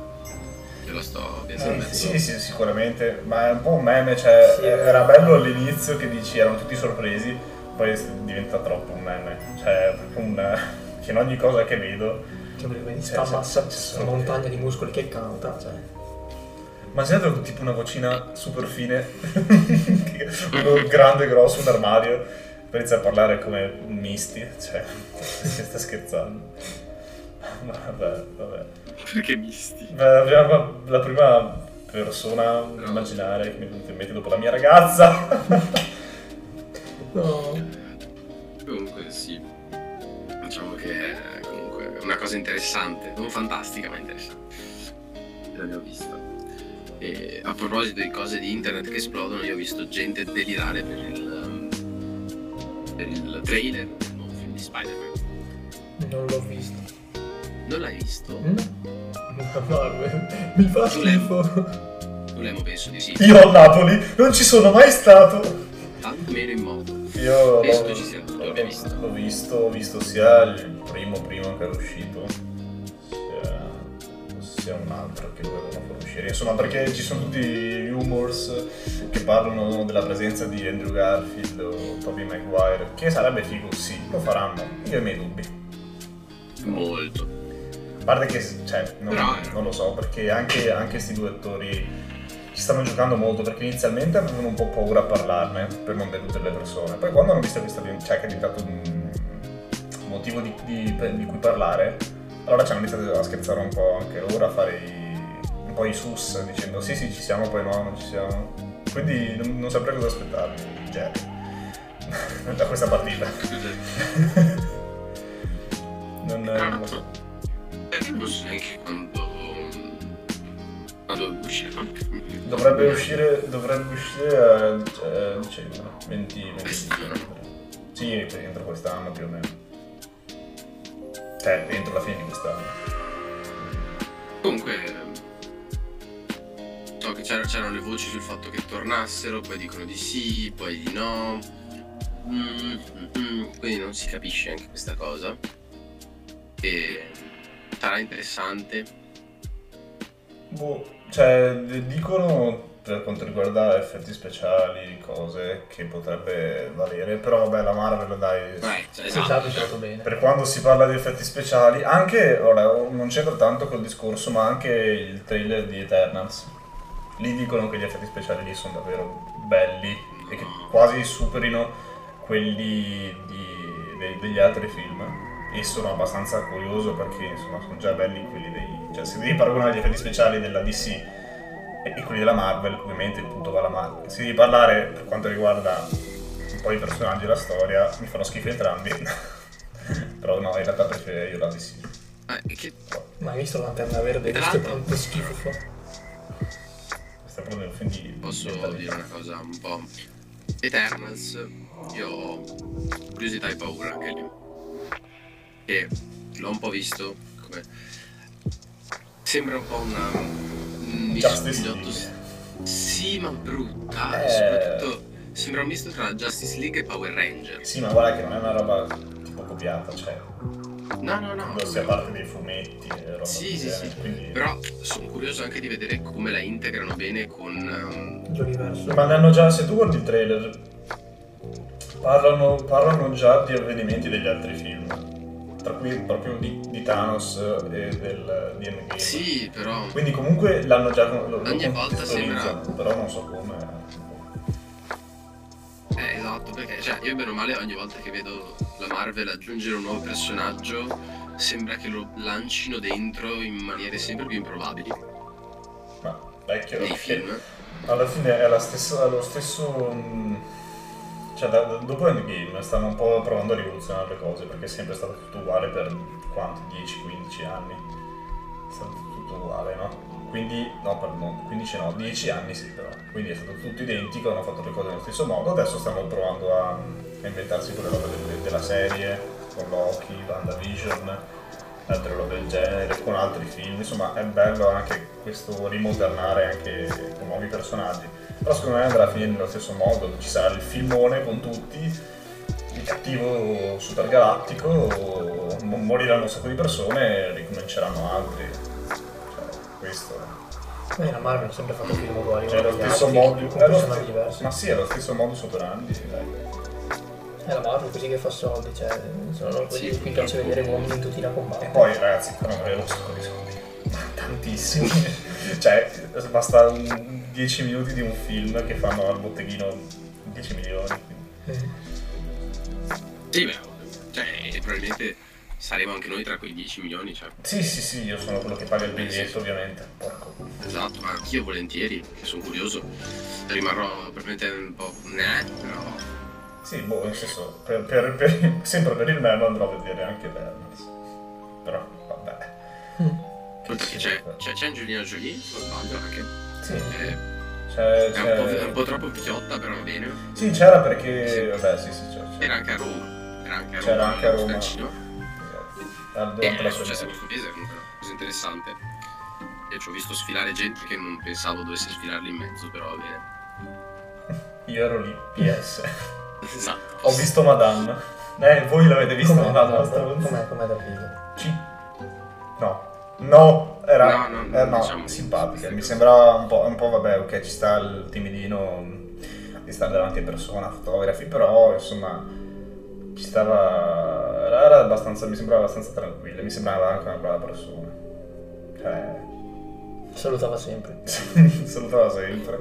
Speaker 3: Te lo sto
Speaker 2: Sì,
Speaker 3: pensando.
Speaker 2: Eh, sì, sì, sicuramente, ma è un po' un meme, cioè
Speaker 5: Sì, è
Speaker 2: era bello all'inizio che dici erano tutti sorpresi, poi s- diventa troppo un meme, cioè è proprio un... [LAUGHS] che in ogni cosa che vedo
Speaker 5: Cioè, perché vedi
Speaker 2: Cioè,
Speaker 5: sta
Speaker 2: se-
Speaker 5: massa,
Speaker 2: se-
Speaker 5: una montagna di muscoli che canta. Cioè.
Speaker 2: Ma sento tipo una vocina super fine, [LAUGHS] che- uno grande grosso, un armadio, per iniziare a parlare come un misti, cioè, [LAUGHS] si sta scherzando. Vabbè, vabbè.
Speaker 3: Perché misti?
Speaker 2: Beh, La prima, la prima persona immaginare che mi è venuta in mente dopo la mia ragazza. [LAUGHS]
Speaker 5: No.
Speaker 3: Comunque sì. Diciamo che è comunque una cosa interessante. Non fantastica, ma interessante. L'abbiamo vista. E a proposito di cose di internet che esplodono, io ho visto gente delirare per il, um, per il trailer del nuovo film di Spider-Man.
Speaker 5: Non l'ho visto.
Speaker 3: Non l'hai visto?
Speaker 5: Mm? No, mi fa schifo.
Speaker 3: Tu Lemo penso di sì.
Speaker 2: Io a Napoli non ci sono mai stato.
Speaker 3: Tanto meno in modo.
Speaker 2: Io
Speaker 3: Penso
Speaker 2: l'ho-
Speaker 3: tu ci sia- tu l'abbia visto.
Speaker 2: l'ho visto, ho visto sia il primo primo che era uscito, sia, sia un altro che volevano far uscire. Insomma, perché ci sono tutti i rumors che parlano della presenza di Andrew Garfield o Tobey Maguire, che sarebbe figo, sì, lo faranno. Io ho i miei dubbi. [LAUGHS]
Speaker 3: Molto.
Speaker 2: A parte che, cioè, non,
Speaker 3: Però-
Speaker 2: non lo so, perché anche, anche questi due attori ci stanno giocando molto perché inizialmente avevano un po' paura a parlarne per non deludere le persone. Poi quando hanno visto che, sta div- cioè, che è diventato un motivo di, di- di cui parlare, allora ci hanno iniziato a scherzare un po' anche loro, a fare i- un po' i sus dicendo sì sì ci siamo, poi no, non ci siamo. Quindi non, non saprei cosa aspettarmi, Jerry, [LAUGHS] da questa partita. [LAUGHS] non,
Speaker 3: Tra
Speaker 2: non lo so.
Speaker 3: l'altro, eh, non so neanche quando. quando uscirà.
Speaker 2: Dovrebbe uscire, dovrebbe uscire a eh, dicembre, 20, 20 Sì, entro quest'anno più o meno. Cioè, entro la fine di quest'anno.
Speaker 3: Comunque, ehm, so che c'era- c'erano le voci sul fatto che tornassero, poi dicono di sì, poi di no. Mm, mm, mm, quindi non si capisce anche questa cosa. E sarà interessante.
Speaker 2: Boh, cioè, le dicono per quanto riguarda effetti speciali, cose che potrebbe valere, però vabbè, la Marvel dai...
Speaker 3: Vai, cioè,
Speaker 5: Sì,
Speaker 3: esatto.
Speaker 5: stato giocato bene.
Speaker 2: Per quando si parla di effetti speciali, anche, ora non c'entra tanto col discorso, ma anche il trailer di Eternals. Lì dicono che gli effetti speciali lì sono davvero belli e che quasi superino quelli di- dei- degli altri film. E sono abbastanza curioso perché insomma sono già belli quelli dei... Cioè se devi paragonare gli effetti speciali della DC e, e quelli della Marvel, ovviamente il punto va alla Marvel. Se devi parlare per quanto riguarda un po' i personaggi e la storia, mi fanno schifo entrambi. [LAUGHS] Però no, in realtà preferirei io la DC.
Speaker 3: Ah, e che
Speaker 5: Ma hai visto la lanterna verde? Hai visto quanto schifo fa?
Speaker 2: Questa è proprio offensiva.
Speaker 3: posso dire una cosa un po'. Eternals, io ho curiosità e paura anche lì. Che l'ho un po' visto come. Sembra un po' una. un misto
Speaker 2: Justice
Speaker 3: di
Speaker 2: League.
Speaker 3: otto- Sì, ma brutta.
Speaker 2: Eh.
Speaker 3: e Soprattutto sembra un misto tra Justice League e Power Rangers.
Speaker 2: Sì, ma guarda che non è una roba tipo copiata, cioè,
Speaker 3: No, no, no.
Speaker 2: non sia parte dei fumetti e roba del
Speaker 3: Sì, sì,
Speaker 2: genere,
Speaker 3: sì.
Speaker 2: quindi-
Speaker 3: Però sono curioso anche di vedere come la integrano bene con. ehm,
Speaker 5: L'universo.
Speaker 2: Ma ne hanno già, se tu guardi il trailer, parlano, parlano già di avvenimenti degli altri film, tra cui proprio di, di Thanos e del, di Endgame.
Speaker 3: Sì, però.
Speaker 2: Quindi comunque l'hanno già... Lo, lo
Speaker 3: Ogni volta sembra-
Speaker 2: contestualizzano, Però non so come...
Speaker 3: Eh, esatto, perché cioè, io bene o male ogni volta che vedo la Marvel aggiungere un nuovo personaggio sembra che lo lancino dentro in maniere sempre più improbabili
Speaker 2: Eh, Ma vecchio...
Speaker 3: nei film.
Speaker 2: alla fine è, la stessa, è lo stesso. mh, Cioè, da- da- dopo Endgame stanno un po' provando a rivoluzionare le cose perché è sempre stato tutto uguale per quanto? 10-15 anni. È stato tutto uguale, no? Quindi, no, pardon, 15 no, 10 anni sì, però. Quindi è stato tutto identico, hanno fatto le cose nello stesso modo. Adesso stanno provando a, a inventarsi quelle robe del- della serie, con Loki, WandaVision, altre robe del genere, con altri film. Insomma, è bello anche questo rimodernare anche con nuovi personaggi. Però secondo me andrà a finire nello stesso modo. Ci sarà il filmone con tutti, il cattivo supergalattico, mo- moriranno un sacco di persone e ricominceranno altri. Cioè, questo.
Speaker 5: Eh, la Marvel ha sempre fatto film uguali.
Speaker 2: Cioè, è lo
Speaker 5: uguali,
Speaker 2: stesso
Speaker 5: sì,
Speaker 2: modo.
Speaker 5: con
Speaker 2: è lo
Speaker 5: personaggi
Speaker 2: ste-
Speaker 5: diversi.
Speaker 2: Ma sì, è lo stesso modo superandi. Dai.
Speaker 5: È la Marvel così che fa soldi, cioè, sono così
Speaker 3: Sì,
Speaker 5: qui piace
Speaker 3: purtroppo.
Speaker 5: vedere uomini tutti la
Speaker 2: E
Speaker 5: combattere.
Speaker 2: poi ragazzi, fanno avere un sacco di soldi. Ma Tantissimi. [LAUGHS] cioè, basta un- 10 minuti di un film che fanno al botteghino 10 milioni.
Speaker 5: Eh,
Speaker 3: Sì, beh, cioè, probabilmente saremo anche noi tra quei 10 milioni, cioè,
Speaker 2: Sì, sì, sì, io sono quello che paga il biglietto, ovviamente. Porco.
Speaker 3: esatto, ma anch'io volentieri, perché sono curioso. Rimarrò probabilmente un po'. ne, però.
Speaker 2: Sì, boh, nel senso, per- per- per- sempre per il meme andrò a vedere anche Berners. Però, vabbè.
Speaker 3: Oltre che c'è, c'è, c'è Angelina Jolie, se non sbaglio anche.
Speaker 2: Sì,
Speaker 3: Eh,
Speaker 2: c'è,
Speaker 3: è, un po', è
Speaker 2: c'è...
Speaker 3: un po' troppo picchiotta, però va bene.
Speaker 2: Sì, c'era perché... Vabbè, sì, sì, c'era.
Speaker 3: Era
Speaker 2: c'era.
Speaker 3: anche a Roma. Era anche a Roma.
Speaker 2: C'era anche a Roma.
Speaker 3: al cinema.
Speaker 2: Esatto. Durante
Speaker 3: Eh,
Speaker 2: la
Speaker 3: è successo
Speaker 2: sua...
Speaker 3: questo mese, comunque, una cosa interessante. Io ci ho visto sfilare gente che non pensavo dovesse sfilarli in mezzo, però va bene.
Speaker 2: Io ero lì, PS.
Speaker 3: Esatto.
Speaker 2: Ho visto Madame. Eh, voi l'avete vista
Speaker 5: Com'è,
Speaker 2: Madame? la
Speaker 5: com'è,
Speaker 2: stronza?
Speaker 5: com'è, com'è davvero?
Speaker 2: Ci- No. No, era
Speaker 3: No,
Speaker 2: no,
Speaker 3: no, diciamo-
Speaker 2: simpatica. Mi sembrava un po', un po', vabbè, ok, ci sta il timidino mh, di stare davanti a persona, fotografi, però insomma ci stava era era abbastanza mi sembrava abbastanza tranquilla, mi sembrava anche una brava persona. Cioè [LAUGHS]
Speaker 5: Salutava sempre.
Speaker 2: Salutava sempre.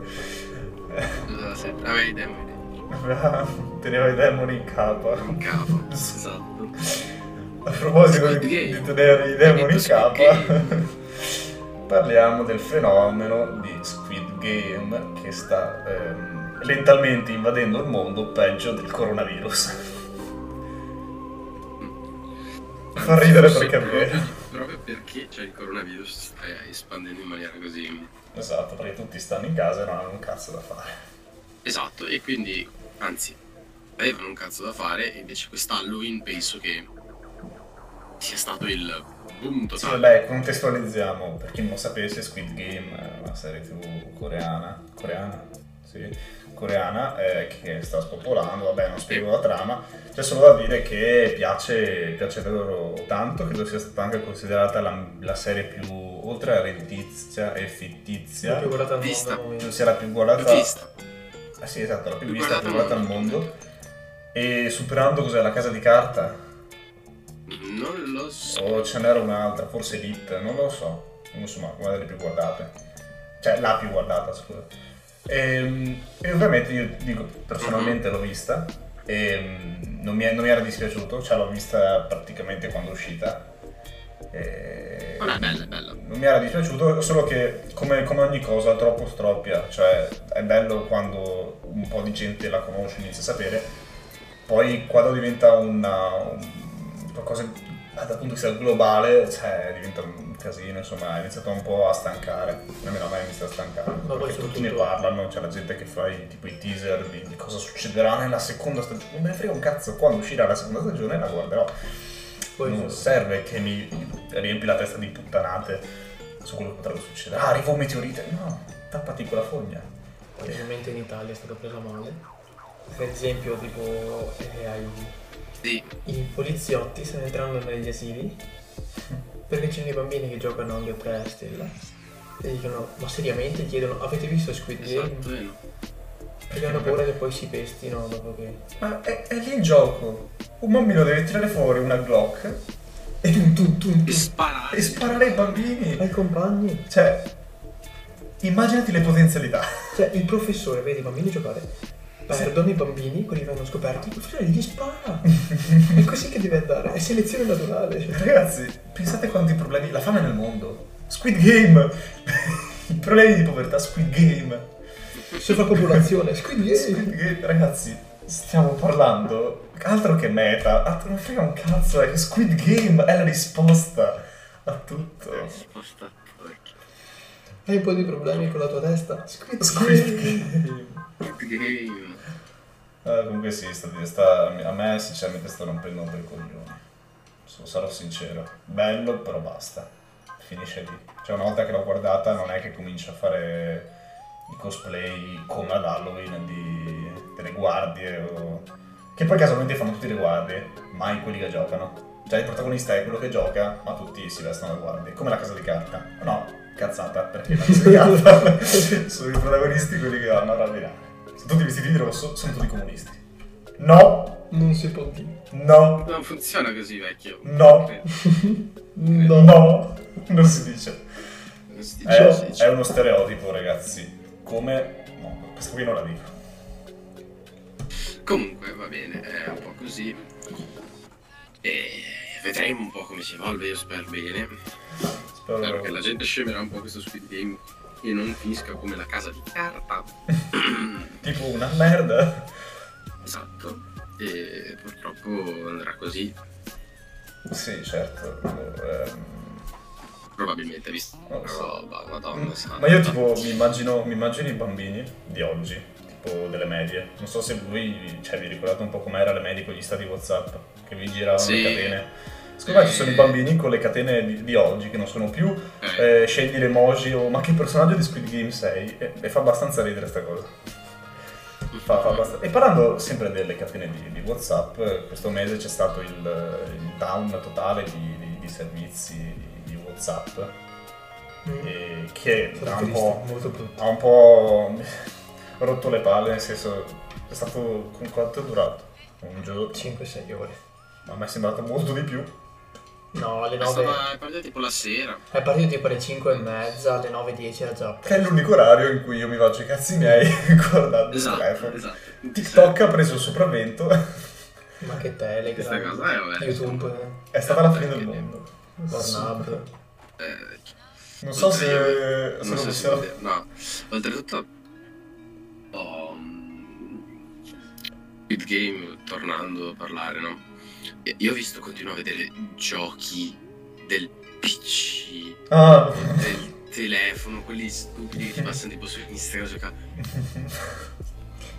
Speaker 2: [LAUGHS]
Speaker 3: Usava sempre. Aveva i demoni dentro.
Speaker 2: Teneva i demoni in capo.
Speaker 3: In capo. Esatto.
Speaker 2: A proposito
Speaker 3: Squid
Speaker 2: di,
Speaker 3: Game.
Speaker 2: di tenere i demoni in
Speaker 3: detto Squid
Speaker 2: capo,
Speaker 3: Game.
Speaker 2: [LAUGHS] parliamo del fenomeno di Squid Game che sta ehm, lentamente invadendo il mondo peggio del coronavirus. [LAUGHS] Fa ridere
Speaker 3: Forse
Speaker 2: perché è
Speaker 3: proprio-
Speaker 2: vero.
Speaker 3: Proprio perché c'è il coronavirus si sta espandendo in maniera così.
Speaker 2: Esatto, perché tutti stanno in casa e non hanno un cazzo da fare.
Speaker 3: Esatto, e quindi, anzi, avevano un cazzo da fare, e invece quest'Halloween penso che sia stato il boom
Speaker 2: Sì,
Speaker 3: totale.
Speaker 2: vabbè, contestualizziamo, per chi non lo sapesse, Squid Game è una serie tv coreana, coreana, sì, coreana, eh, che sta spopolando, vabbè non spiego la trama, c'è solo da dire che piace, piace loro tanto, credo sia stata anche considerata la, la serie più, oltre a redditizia e
Speaker 5: La
Speaker 2: fittizia,
Speaker 5: più guardata al mondo
Speaker 3: Vista.
Speaker 5: al momento.
Speaker 2: credo sia la più guardata,
Speaker 3: Vista.
Speaker 2: ah, sì esatto, la più
Speaker 3: Più
Speaker 2: vista, la più guardata
Speaker 3: guardata al
Speaker 2: al mondo, e superando cos'è la casa di carta?
Speaker 3: Non lo so.
Speaker 2: O ce n'era un'altra, forse Elite, non lo so. Non so, ma una delle più guardate. Cioè, la più guardata, scusa. Ehm, E, ovviamente io dico, personalmente l'ho vista. E non mi, è- non mi era dispiaciuto, cioè l'ho vista praticamente quando è uscita. Ehm, E-
Speaker 3: Vabbè, bella, bella.
Speaker 2: non mi era dispiaciuto, solo che come, come ogni cosa troppo stroppia, cioè è bello quando un po' di gente la conosce, inizia a sapere, poi quando diventa una, un- qualcosa ah, dal punto di vista globale, cioè diventa un casino, insomma è iniziato un po' a stancare, a me non mai mi sta stancando,
Speaker 5: Ma poi
Speaker 2: perché tutti ne
Speaker 5: soprattutto-
Speaker 2: parlano, c'è la gente che fa i, tipo i teaser di, di cosa succederà nella seconda stagione, non me ne frega un cazzo, quando uscirà la seconda stagione la guarderò
Speaker 5: Poi
Speaker 2: non serve che mi riempi la testa di puttanate su quello che potrebbe succedere. Ah, arriva un meteorite. No, tappati quella fogna.
Speaker 5: Probabilmente in Italia è stata presa male. Per esempio, tipo, eh, ai-
Speaker 3: Sì,
Speaker 5: i poliziotti se ne entrano negli asili perché ci sono dei bambini che giocano anche a 3 stella e dicono, ma seriamente chiedono, avete visto Squid Game?
Speaker 3: esatto. eh no.
Speaker 5: Perché hanno paura che poi si pestino dopo che...
Speaker 2: Ma è, è lì il gioco. Un bambino deve tirare fuori una Glock e, tum, tum, tum, tum,
Speaker 3: E sparare.
Speaker 2: e sparare ai bambini.
Speaker 5: Ai compagni!
Speaker 2: Cioè, immaginati le potenzialità. [LAUGHS]
Speaker 5: Cioè, il professore vede i bambini giocare, perdono i bambini, quelli vengono scoperti, il professore gli [LAUGHS] spara! è così che deve andare, è selezione naturale. cioè,
Speaker 2: Ragazzi, pensate quanti problemi. La fame nel mondo. Squid Game. [LAUGHS] I problemi di povertà. Squid Game.
Speaker 5: Sovrappopolazione, Squid Game!
Speaker 2: Squid Game, ragazzi, stiamo parlando altro che meta, altro non frega un cazzo, è che Squid Game è la risposta a tutto.
Speaker 3: Sposta.
Speaker 5: Hai un po' di problemi con la tua testa? Squid,
Speaker 2: Squid
Speaker 5: Game.
Speaker 2: Game.
Speaker 3: Game.
Speaker 2: Ah, comunque sì, sta, sta- a me sinceramente sta rompendo un po' i coglioni. So- Sarò sincero. Bello, però basta. Finisce lì. Cioè, una volta che l'ho guardata non è che comincio a fare i cosplay come ad Halloween di, delle guardie o... Che poi casualmente fanno tutti le guardie, mai quelli che giocano. Cioè il protagonista è quello che gioca, ma tutti si vestono da guardie. Come la casa di carta. No, cazzata, perché la casa di carta [LAUGHS] sono i protagonisti quelli che vanno a rovinare. Sono tutti vestiti di rosso, sono tutti comunisti. No,
Speaker 5: Non si può dire.
Speaker 2: no,
Speaker 3: Non funziona così vecchio.
Speaker 2: No.
Speaker 3: Credo.
Speaker 5: No.
Speaker 2: no, non si dice.
Speaker 3: Non
Speaker 2: Eh,
Speaker 3: si dice, non si
Speaker 2: È,
Speaker 3: dice.
Speaker 2: è uno stereotipo, ragazzi. Come... No, questa qui non la dico.
Speaker 3: Comunque va bene, è un po' così. E vedremo un po' come si evolve, io spero bene. Spero
Speaker 2: Spero...
Speaker 3: che la gente sceglierà un po' questo Squid Game e non finisca come la casa di
Speaker 2: [COUGHS]
Speaker 3: carta.
Speaker 2: Tipo una merda.
Speaker 3: esatto. E purtroppo andrà così,
Speaker 2: Sì, certo. ehm,
Speaker 3: probabilmente, visto
Speaker 2: Non lo
Speaker 3: la
Speaker 2: so.
Speaker 3: roba, madonna santa.
Speaker 2: Mm. Ma io tipo mi immagino, mi immagino i bambini di oggi, tipo delle medie. Non so se voi cioè, vi ricordate un po' com'era le medie con gli stati Whatsapp che vi giravano
Speaker 3: Sì. Eh.
Speaker 2: le catene. Secondo me ci
Speaker 3: Sì.
Speaker 2: sono i bambini con le catene di, di oggi che non sono più
Speaker 3: Eh,
Speaker 2: eh, scegli l'emoji o ma che personaggio di Squid Game sei e, e fa abbastanza ridere sta cosa. Fa- fa abbast- E parlando sempre delle catene di, di Whatsapp, eh, questo mese c'è stato il, il down totale di, di- di servizi di, di Whatsapp
Speaker 5: Mm.
Speaker 2: eh, che
Speaker 5: Sono
Speaker 2: ha un
Speaker 5: triste,
Speaker 2: po'
Speaker 5: molto brutto.
Speaker 2: ha un po' [LAUGHS] rotto le palle, nel senso è stato con quanto è durato? Un giorno?
Speaker 5: 5-6 ore.
Speaker 2: Ma a me è sembrato molto di più.
Speaker 5: No, alle 9.
Speaker 3: Stava, è partita tipo la sera.
Speaker 5: È partito tipo alle 5 e mezza, alle 9.10 era già.
Speaker 2: Che è l'unico orario in cui io mi faccio i cazzi miei [LAUGHS] guardando il
Speaker 3: Esatto,
Speaker 2: telefono.
Speaker 3: esatto.
Speaker 2: Eh, TikTok ha preso il sopravvento. [LAUGHS]
Speaker 5: Ma che
Speaker 3: Questa
Speaker 5: Telegram,
Speaker 3: cosa eh, vabbè.
Speaker 5: YouTube,
Speaker 2: È stata la fine del mondo.
Speaker 5: Pornhub.
Speaker 3: Eh,
Speaker 2: Non so se, se
Speaker 3: non
Speaker 2: lo
Speaker 3: so se
Speaker 2: possiamo-
Speaker 3: pote- no oltretutto ho Squid Game tornando a parlare no E io ho visto continuo a vedere giochi del PC
Speaker 2: Ah. [LAUGHS]
Speaker 3: del telefono quelli stupidi che ti passano tipo su Instagram gioca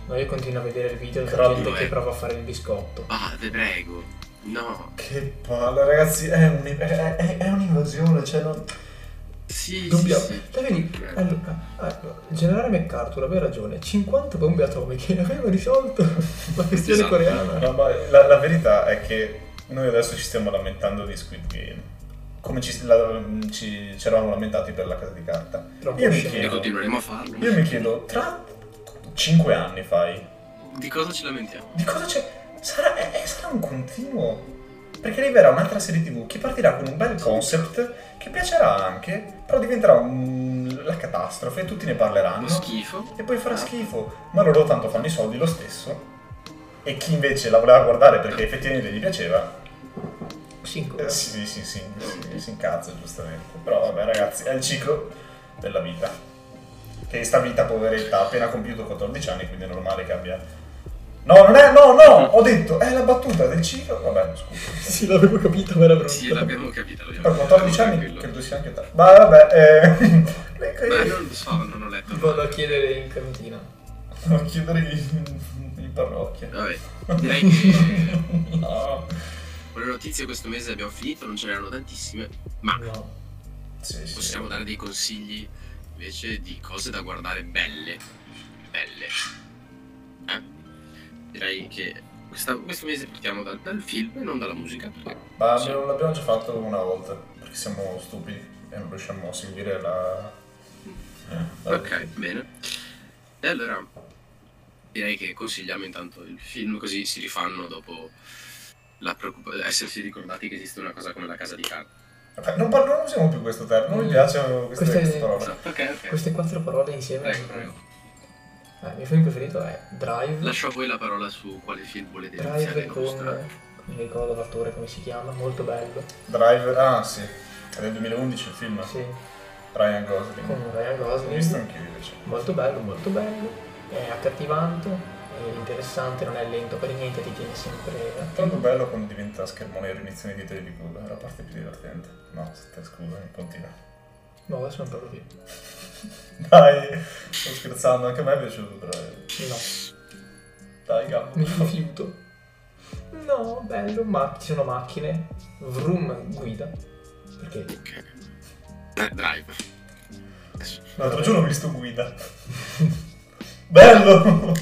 Speaker 5: No, io continuo a vedere il video della
Speaker 2: Crollo,
Speaker 5: gente che
Speaker 3: eh.
Speaker 5: prova a fare il biscotto.
Speaker 3: ah te prego no
Speaker 2: Che palla, ragazzi, è, un- è- è- è un'invasione, cioè non...
Speaker 3: sì
Speaker 5: Dobbiamo.
Speaker 3: sì, Eh,
Speaker 2: Cioè,
Speaker 5: Dai, vedi,
Speaker 3: sì.
Speaker 5: allora, allora, il generale MacArthur aveva ragione. 50 bombe atomiche [LAUGHS] avevano risolto la questione
Speaker 3: Esatto.
Speaker 5: coreana.
Speaker 2: No, ma la, la verità è che noi adesso ci stiamo lamentando di Squid Game. Come ci, la- ci- ci eravamo lamentati per la casa di carta.
Speaker 5: Troppo
Speaker 2: Io mi
Speaker 5: scemo.
Speaker 3: e
Speaker 2: chiedo,
Speaker 3: continueremo a farlo
Speaker 2: io mi chiedo, tra 5 anni fai,
Speaker 3: di cosa ci lamentiamo
Speaker 2: di cosa c'è? Sarà, è- è- sarà un continuo. Perché arriverà un'altra serie TV che partirà con un bel concept che piacerà anche, però diventerà un- la catastrofe, tutti ne
Speaker 3: uno
Speaker 2: parleranno.
Speaker 3: schifo
Speaker 2: e poi farà schifo. Ma loro tanto fanno i soldi lo stesso. E chi invece la voleva guardare perché effettivamente gli piaceva,
Speaker 5: Sì,
Speaker 2: eh, si, si, si, si- si incazza giustamente. Però vabbè ragazzi, è il ciclo della vita. Che sta vita poveretta ha appena compiuto 14 anni, quindi è normale che abbia... No, non è... No, no! Ho detto, è la battuta del ciclo... Vabbè, scusa.
Speaker 5: sì, l'avevo capito, ma era brutta.
Speaker 3: sì l'abbiamo capito l'abbiamo
Speaker 2: Per 14 anni
Speaker 3: capito,
Speaker 2: credo sia anche tardi. Ma vabbè, eh... [LAUGHS]
Speaker 3: tranquillo. Beh, non lo so non ho letto
Speaker 5: Vado a chiedere in cantina.
Speaker 2: Devo chiudere in, in parrocchia. [LAUGHS]
Speaker 3: Vabbè, direi che
Speaker 2: No.
Speaker 3: con le notizie questo mese abbiamo finito, non ce n'erano tantissime, ma
Speaker 5: No.
Speaker 2: Sì, sì.
Speaker 3: possiamo dare dei consigli invece di cose da guardare belle. Belle. Eh? Direi che questa- questo mese partiamo dal, dal film e non dalla musica. perché-
Speaker 2: Ma
Speaker 3: Sì.
Speaker 2: non l'abbiamo già fatto una volta, perché siamo stupidi e non riusciamo a seguire la... la-
Speaker 3: Mm. Ok, bene. E allora direi che consigliamo intanto il film così si rifanno dopo la preoccupa- essersi ricordati che esiste una cosa come la casa di carta.
Speaker 2: Vabbè, Non, parlo, non usiamo più questo termine, non mi piace questa,
Speaker 5: Questa Mm. è-
Speaker 2: questa roba.
Speaker 3: Esatto, ok, ok.
Speaker 5: Queste quattro parole insieme.
Speaker 3: Prego, prego.
Speaker 5: Eh, il mio film preferito è Drive.
Speaker 3: Lascio a voi la parola su quale film volete iniziare
Speaker 5: Drive
Speaker 3: la
Speaker 5: con.
Speaker 3: nostra-
Speaker 5: Non mi ricordo l'attore come si chiama, molto bello.
Speaker 2: Driver, ah sì, è del 2011 il film,
Speaker 5: Sì,
Speaker 2: Ryan Gosling.
Speaker 5: con Ryan
Speaker 2: L'ho visto
Speaker 5: Gosling.
Speaker 2: anch'io invece.
Speaker 5: Molto bello, molto bello. È accattivante, è interessante, non è lento per niente, ti tiene sempre
Speaker 2: È tanto bello quando diventa schermone e rinizione di televicuda, è la parte più divertente. No, stai- scusami, continua. [LAUGHS]
Speaker 5: No, adesso non parlo più. No.
Speaker 2: Dai, sto scherzando, anche a me è piaciuto Driver. Dai,
Speaker 5: [LAUGHS] Mi
Speaker 2: Gabbo.
Speaker 5: rifiuto. No, bello, ma ci sono macchine. Vroom guida. Perché?
Speaker 3: Ok. Eh, Drive. Adesso.
Speaker 2: L'altro giorno ho visto Guida. [LAUGHS] Bello!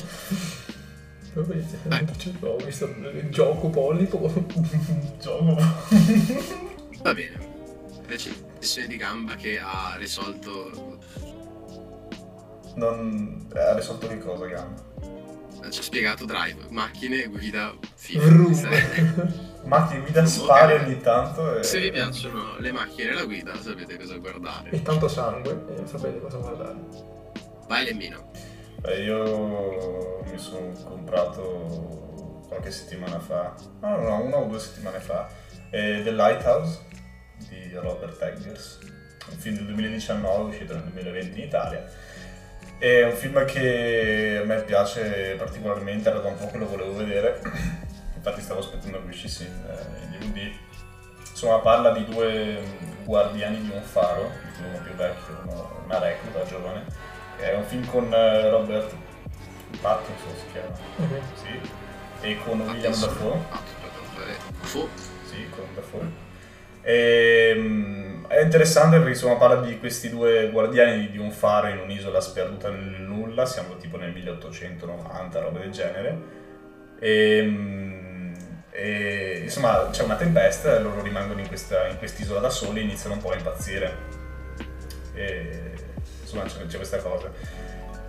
Speaker 5: Proprio cioè, Ho visto il gioco pollico.
Speaker 2: Gioco.
Speaker 3: Va bene. Invece sessione di gamba che ha risolto.
Speaker 2: [LAUGHS] Non... eh, Ha risolto che cosa, Gamma?
Speaker 3: Ci ha spiegato drive, macchine, guida, film. Se-
Speaker 5: Vroom.
Speaker 2: Ma che guida spari ogni tanto e...
Speaker 3: Se vi piacciono le macchine e la guida sapete cosa
Speaker 5: [LAUGHS] E
Speaker 3: guardare.
Speaker 5: tanto sangue. E sapete cosa guardare.
Speaker 3: Vai Lemmino.
Speaker 2: Eh, io mi sono comprato qualche settimana fa, no, no, no, una o due settimane fa, eh, The Lighthouse di Robert Eggers, un film del 2019 uscito nel 2020 in Italia. È un film che a me piace particolarmente, era da un po' che lo volevo vedere, [CLEARS THROAT] infatti stavo aspettando che uscisse in, eh, in DVD. Insomma, parla di due mm, guardiani di un faro, di cui uno più vecchio, uno, una recluta giovane, è un film con eh, Robert Pattinson si chiama,
Speaker 5: Mhm.
Speaker 2: sì, e con William Dafoe,
Speaker 3: Ah, Fu.
Speaker 2: sì, con Dafoe. E, mm, è interessante perché insomma parla di questi due guardiani di un faro in un'isola sperduta nel nulla, siamo tipo nel 1890, roba del genere. E, mm, e, insomma c'è una tempesta e loro rimangono in questa in quest'isola da soli e iniziano un po' a impazzire. E, insomma c'è, c'è questa cosa.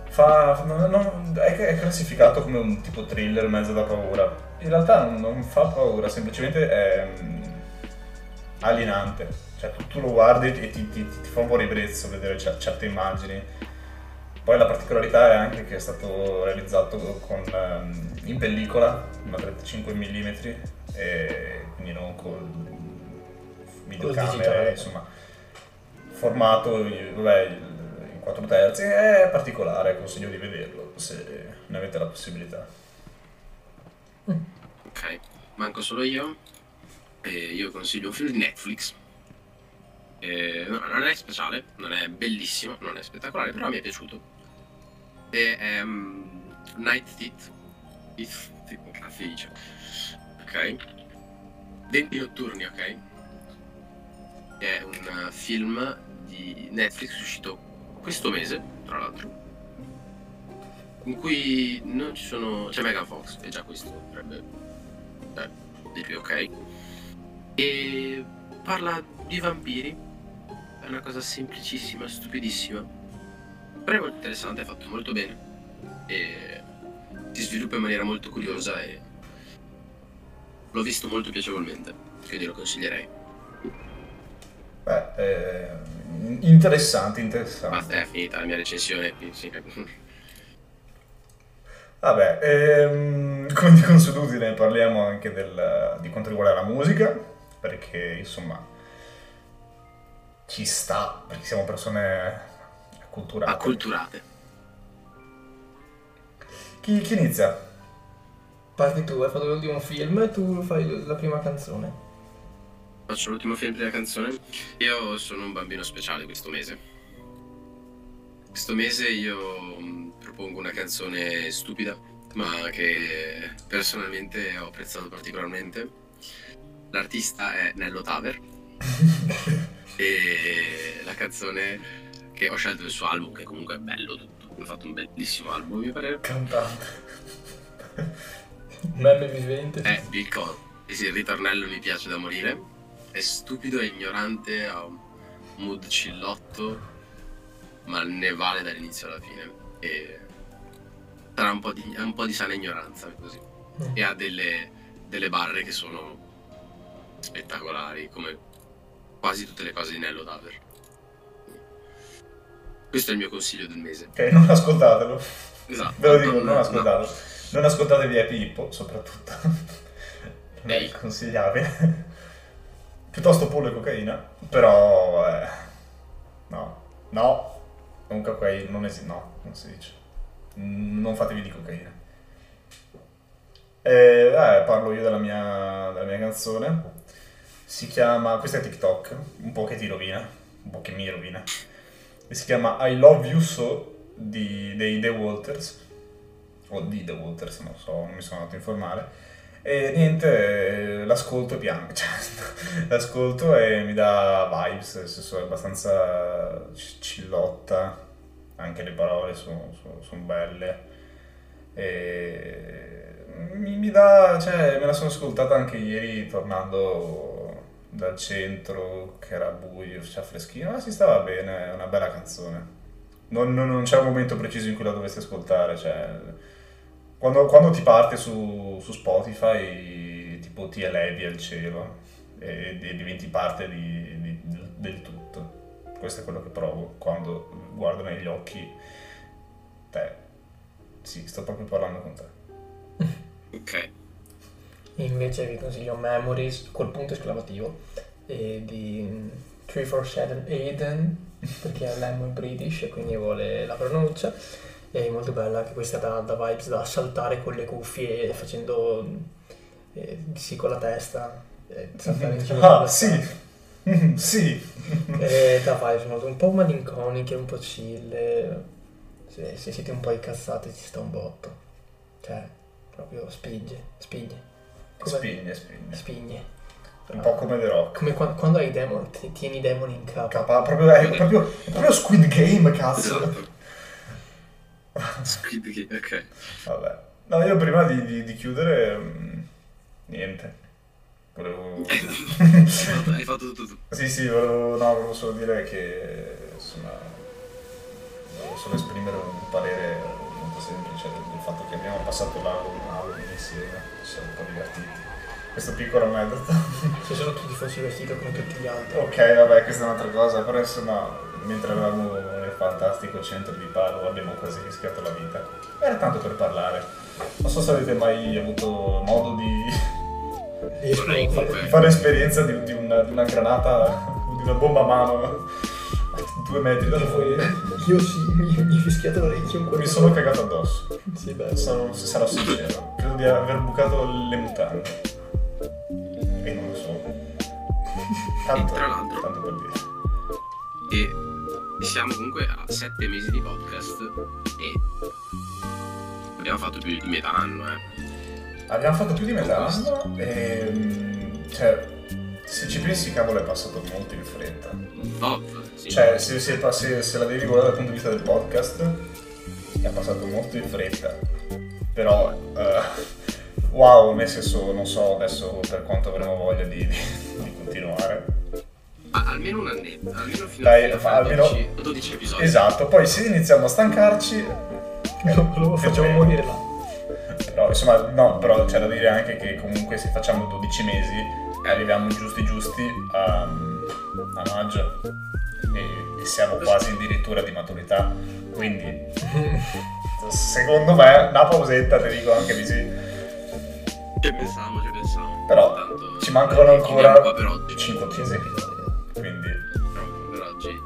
Speaker 2: Fa, no, no, è, è classificato come un tipo thriller mezzo da paura. In realtà non, non fa paura, semplicemente è, mm, alienante. Cioè, tu, tu lo guardi e ti, ti- ti fa un po' ribrezzo vedere cer- certe immagini. Poi la particolarità è anche che è stato realizzato con, ehm, in pellicola, una 35 mm, e quindi non con videocamera,
Speaker 5: digitale.
Speaker 2: insomma, formato eh, vabbè, in 4 terzi. È particolare, consiglio di vederlo se ne avete la possibilità.
Speaker 3: Ok, manco solo io. E io consiglio un film di Netflix. Eh, no, non è speciale, non è bellissimo, non è spettacolare, però mi è piaciuto. E è mm, Night Teeth. Teeth, Teeth, come cazzo si dice? Ok. Denti notturni, ok? È un eh, film di Netflix uscito questo mese, tra l'altro. In cui non ci sono. c'è Mega Fox, e già questo potrebbe eh, di più, ok? E parla di vampiri. È una cosa semplicissima, stupidissima. Però è molto interessante, è fatto molto bene. E si sviluppa in maniera molto curiosa e l'ho visto molto piacevolmente, quindi lo consiglierei.
Speaker 2: Beh, eh, interessante,
Speaker 3: Basta,
Speaker 2: interessante.
Speaker 3: è finita la mia recensione, quindi sì.
Speaker 2: Vabbè, ehm, come di consuetudine parliamo anche del- di quanto riguarda la musica, perché insomma ci sta, perché siamo persone acculturate.
Speaker 3: acculturate.
Speaker 2: chi, chi inizia?
Speaker 5: Parti tu, hai fatto l'ultimo film e tu fai la prima canzone.
Speaker 3: Faccio l'ultimo film della canzone. Io sono un bambino speciale questo mese. Questo mese io mh, propongo una canzone stupida, ma che personalmente ho apprezzato particolarmente. L'artista è Nello Taver e la canzone che ho scelto del suo album, che comunque è bello tutto. Ha fatto un bellissimo album, a mio parere.
Speaker 2: Cantante.
Speaker 5: Meme vivente.
Speaker 3: È Bill Cosby. Sì, Eh, il ritornello mi piace da morire. È stupido e ignorante, ha un mood cillotto, ma ne vale dall'inizio alla fine. E sarà un po' di, è un po' di sana ignoranza così. E ha delle, delle barre che sono spettacolari, come quasi tutte le cose di Nello Daver. Questo è il mio consiglio del mese.
Speaker 2: Ok, non ascoltatelo.
Speaker 3: Esatto.
Speaker 2: Ve lo dico, non,
Speaker 3: no.
Speaker 2: ascoltatelo. Non ascoltate via Pippo, soprattutto. non è
Speaker 3: Ehi.
Speaker 2: consigliabile. Piuttosto pollo e cocaina, però... eh, no, no. Non cocaina, non esiste, no, non si dice. Mm, Non fatevi di cocaina. Eh, eh, parlo io della mia, della mia canzone. Si chiama... Questa è TikTok, un po' che ti rovina, un po' che mi rovina. E si chiama I Love You So di, dei The Walters o di The Walters, non so, non mi sono andato a informare. E niente, eh, l'ascolto e piango, [LAUGHS] cioè, l'ascolto e mi dà vibes, nel senso è abbastanza c- cillotta, anche le parole sono belle. E mi, mi dà, cioè, me la sono ascoltata anche ieri tornando dal centro, che era buio, cioè freschino, ma si stava bene, è una bella canzone. Non, non- non c'è un momento preciso in cui la dovresti ascoltare, cioè, quando, quando ti parte su, su Spotify, tipo ti elevi al cielo e, e diventi parte di- di- del tutto. Questo è quello che provo quando guardo negli occhi te. Sì, sto proprio parlando con te.
Speaker 3: Ok.
Speaker 5: Invece vi consiglio Memories col punto esclamativo e di 347 Aiden perché è Lemon British e quindi vuole la pronuncia è molto bella anche questa da, da vibes da saltare con le cuffie e facendo eh, sì con la testa eh,
Speaker 2: [LAUGHS]
Speaker 5: saltare in giro con
Speaker 2: Ah,
Speaker 5: la
Speaker 2: sì! Mm, sì! [LAUGHS]
Speaker 5: eh, da vibes molto un po' malinconiche, un po' chill. eh. Se, se siete un po' incazzati ci sta un botto. Cioè, proprio spinge, spinge. Come-
Speaker 2: Spigne, spigne.
Speaker 5: Spigne.
Speaker 2: Un po' come The Rock.
Speaker 5: Come qua- quando hai i demoni, ti tieni i demoni in capo.
Speaker 2: Capa- proprio, è, proprio, è proprio Squid Game, cazzo!
Speaker 3: Esatto. Squid Game, ok.
Speaker 2: Vabbè. No, io prima di, di- di chiudere... mm, Niente. Volevo...
Speaker 3: Eh, Hai fatto tutto tu.
Speaker 2: Sì, sì, volevo, no, volevo solo dire che insomma volevo solo esprimere un parere molto semplice del, del fatto che abbiamo passato l'album, l'album insieme, ci siamo un po' divertiti. questo piccolo aneddoto. [LAUGHS]
Speaker 5: Se solo tu ti fossi vestito come tutti gli altri.
Speaker 2: Ok, vabbè, questa è un'altra cosa, però insomma, mentre eravamo nel fantastico centro di Padova abbiamo quasi rischiato la vita. Era tanto per parlare. Non so se avete mai avuto modo di,
Speaker 3: Vorrei
Speaker 2: di
Speaker 3: comunque.
Speaker 2: fare esperienza di, di una, di una granata, di una bomba a mano a due metri da voi.
Speaker 5: Io sì, mi, mi è fischiato l'orecchio un po'.
Speaker 2: Mi sono cagato addosso,
Speaker 5: Sì, beh.
Speaker 2: sono, se sarò sincero. Credo di aver bucato le mutande. E non lo so. Tanto,
Speaker 3: tra l'altro-
Speaker 2: tanto per dire.
Speaker 3: E siamo comunque a sette mesi di podcast e abbiamo fatto più di metà anno, eh.
Speaker 2: Abbiamo fatto più di metà anno e mm, cioè, se ci pensi cavolo è passato molto in fretta.
Speaker 3: Top, Boh, sì.
Speaker 2: Cioè se, se pa- se- se la devi guardare dal punto di vista del podcast è passato molto in fretta. Però eh, wow, nel senso non so adesso per quanto avremo voglia di, di- di continuare.
Speaker 3: A- almeno un annetto, almeno fino
Speaker 2: Dai,
Speaker 3: a
Speaker 2: fa- almeno-
Speaker 3: 12, 12 episodi.
Speaker 2: Esatto, poi se iniziamo a stancarci eh,
Speaker 5: [LAUGHS] Lo facciamo
Speaker 2: vedremo.
Speaker 5: morire là.
Speaker 2: Però insomma no, però c'è da dire anche che comunque se facciamo 12 mesi arriviamo giusti giusti a, a maggio e, e siamo quasi addirittura di maturità. Quindi [LAUGHS] secondo me una pausetta te dico anche di sì.
Speaker 3: Ci pensavo, ci pensavo.
Speaker 2: Però
Speaker 3: Tanto-
Speaker 2: ci mancano ancora
Speaker 3: Chiudiamo qua per oggi.
Speaker 2: 5 mesi. Quindi
Speaker 3: No, Per oggi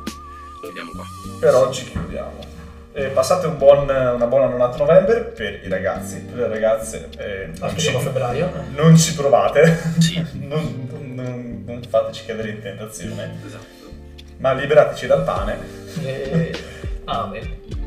Speaker 3: chiudiamo qua.
Speaker 2: per oggi chiudiamo. E passate un buon, una buona nonata novembre per i ragazzi, per le ragazze. eh, non, ci,
Speaker 5: Aspettiamo Ah, [LAUGHS] febbraio.
Speaker 2: non ci provate.
Speaker 3: Sì,
Speaker 2: non, non- non fateci cadere in tentazione,
Speaker 3: esatto.
Speaker 5: Eh.
Speaker 2: ma liberateci dal pane.
Speaker 5: E... Amen.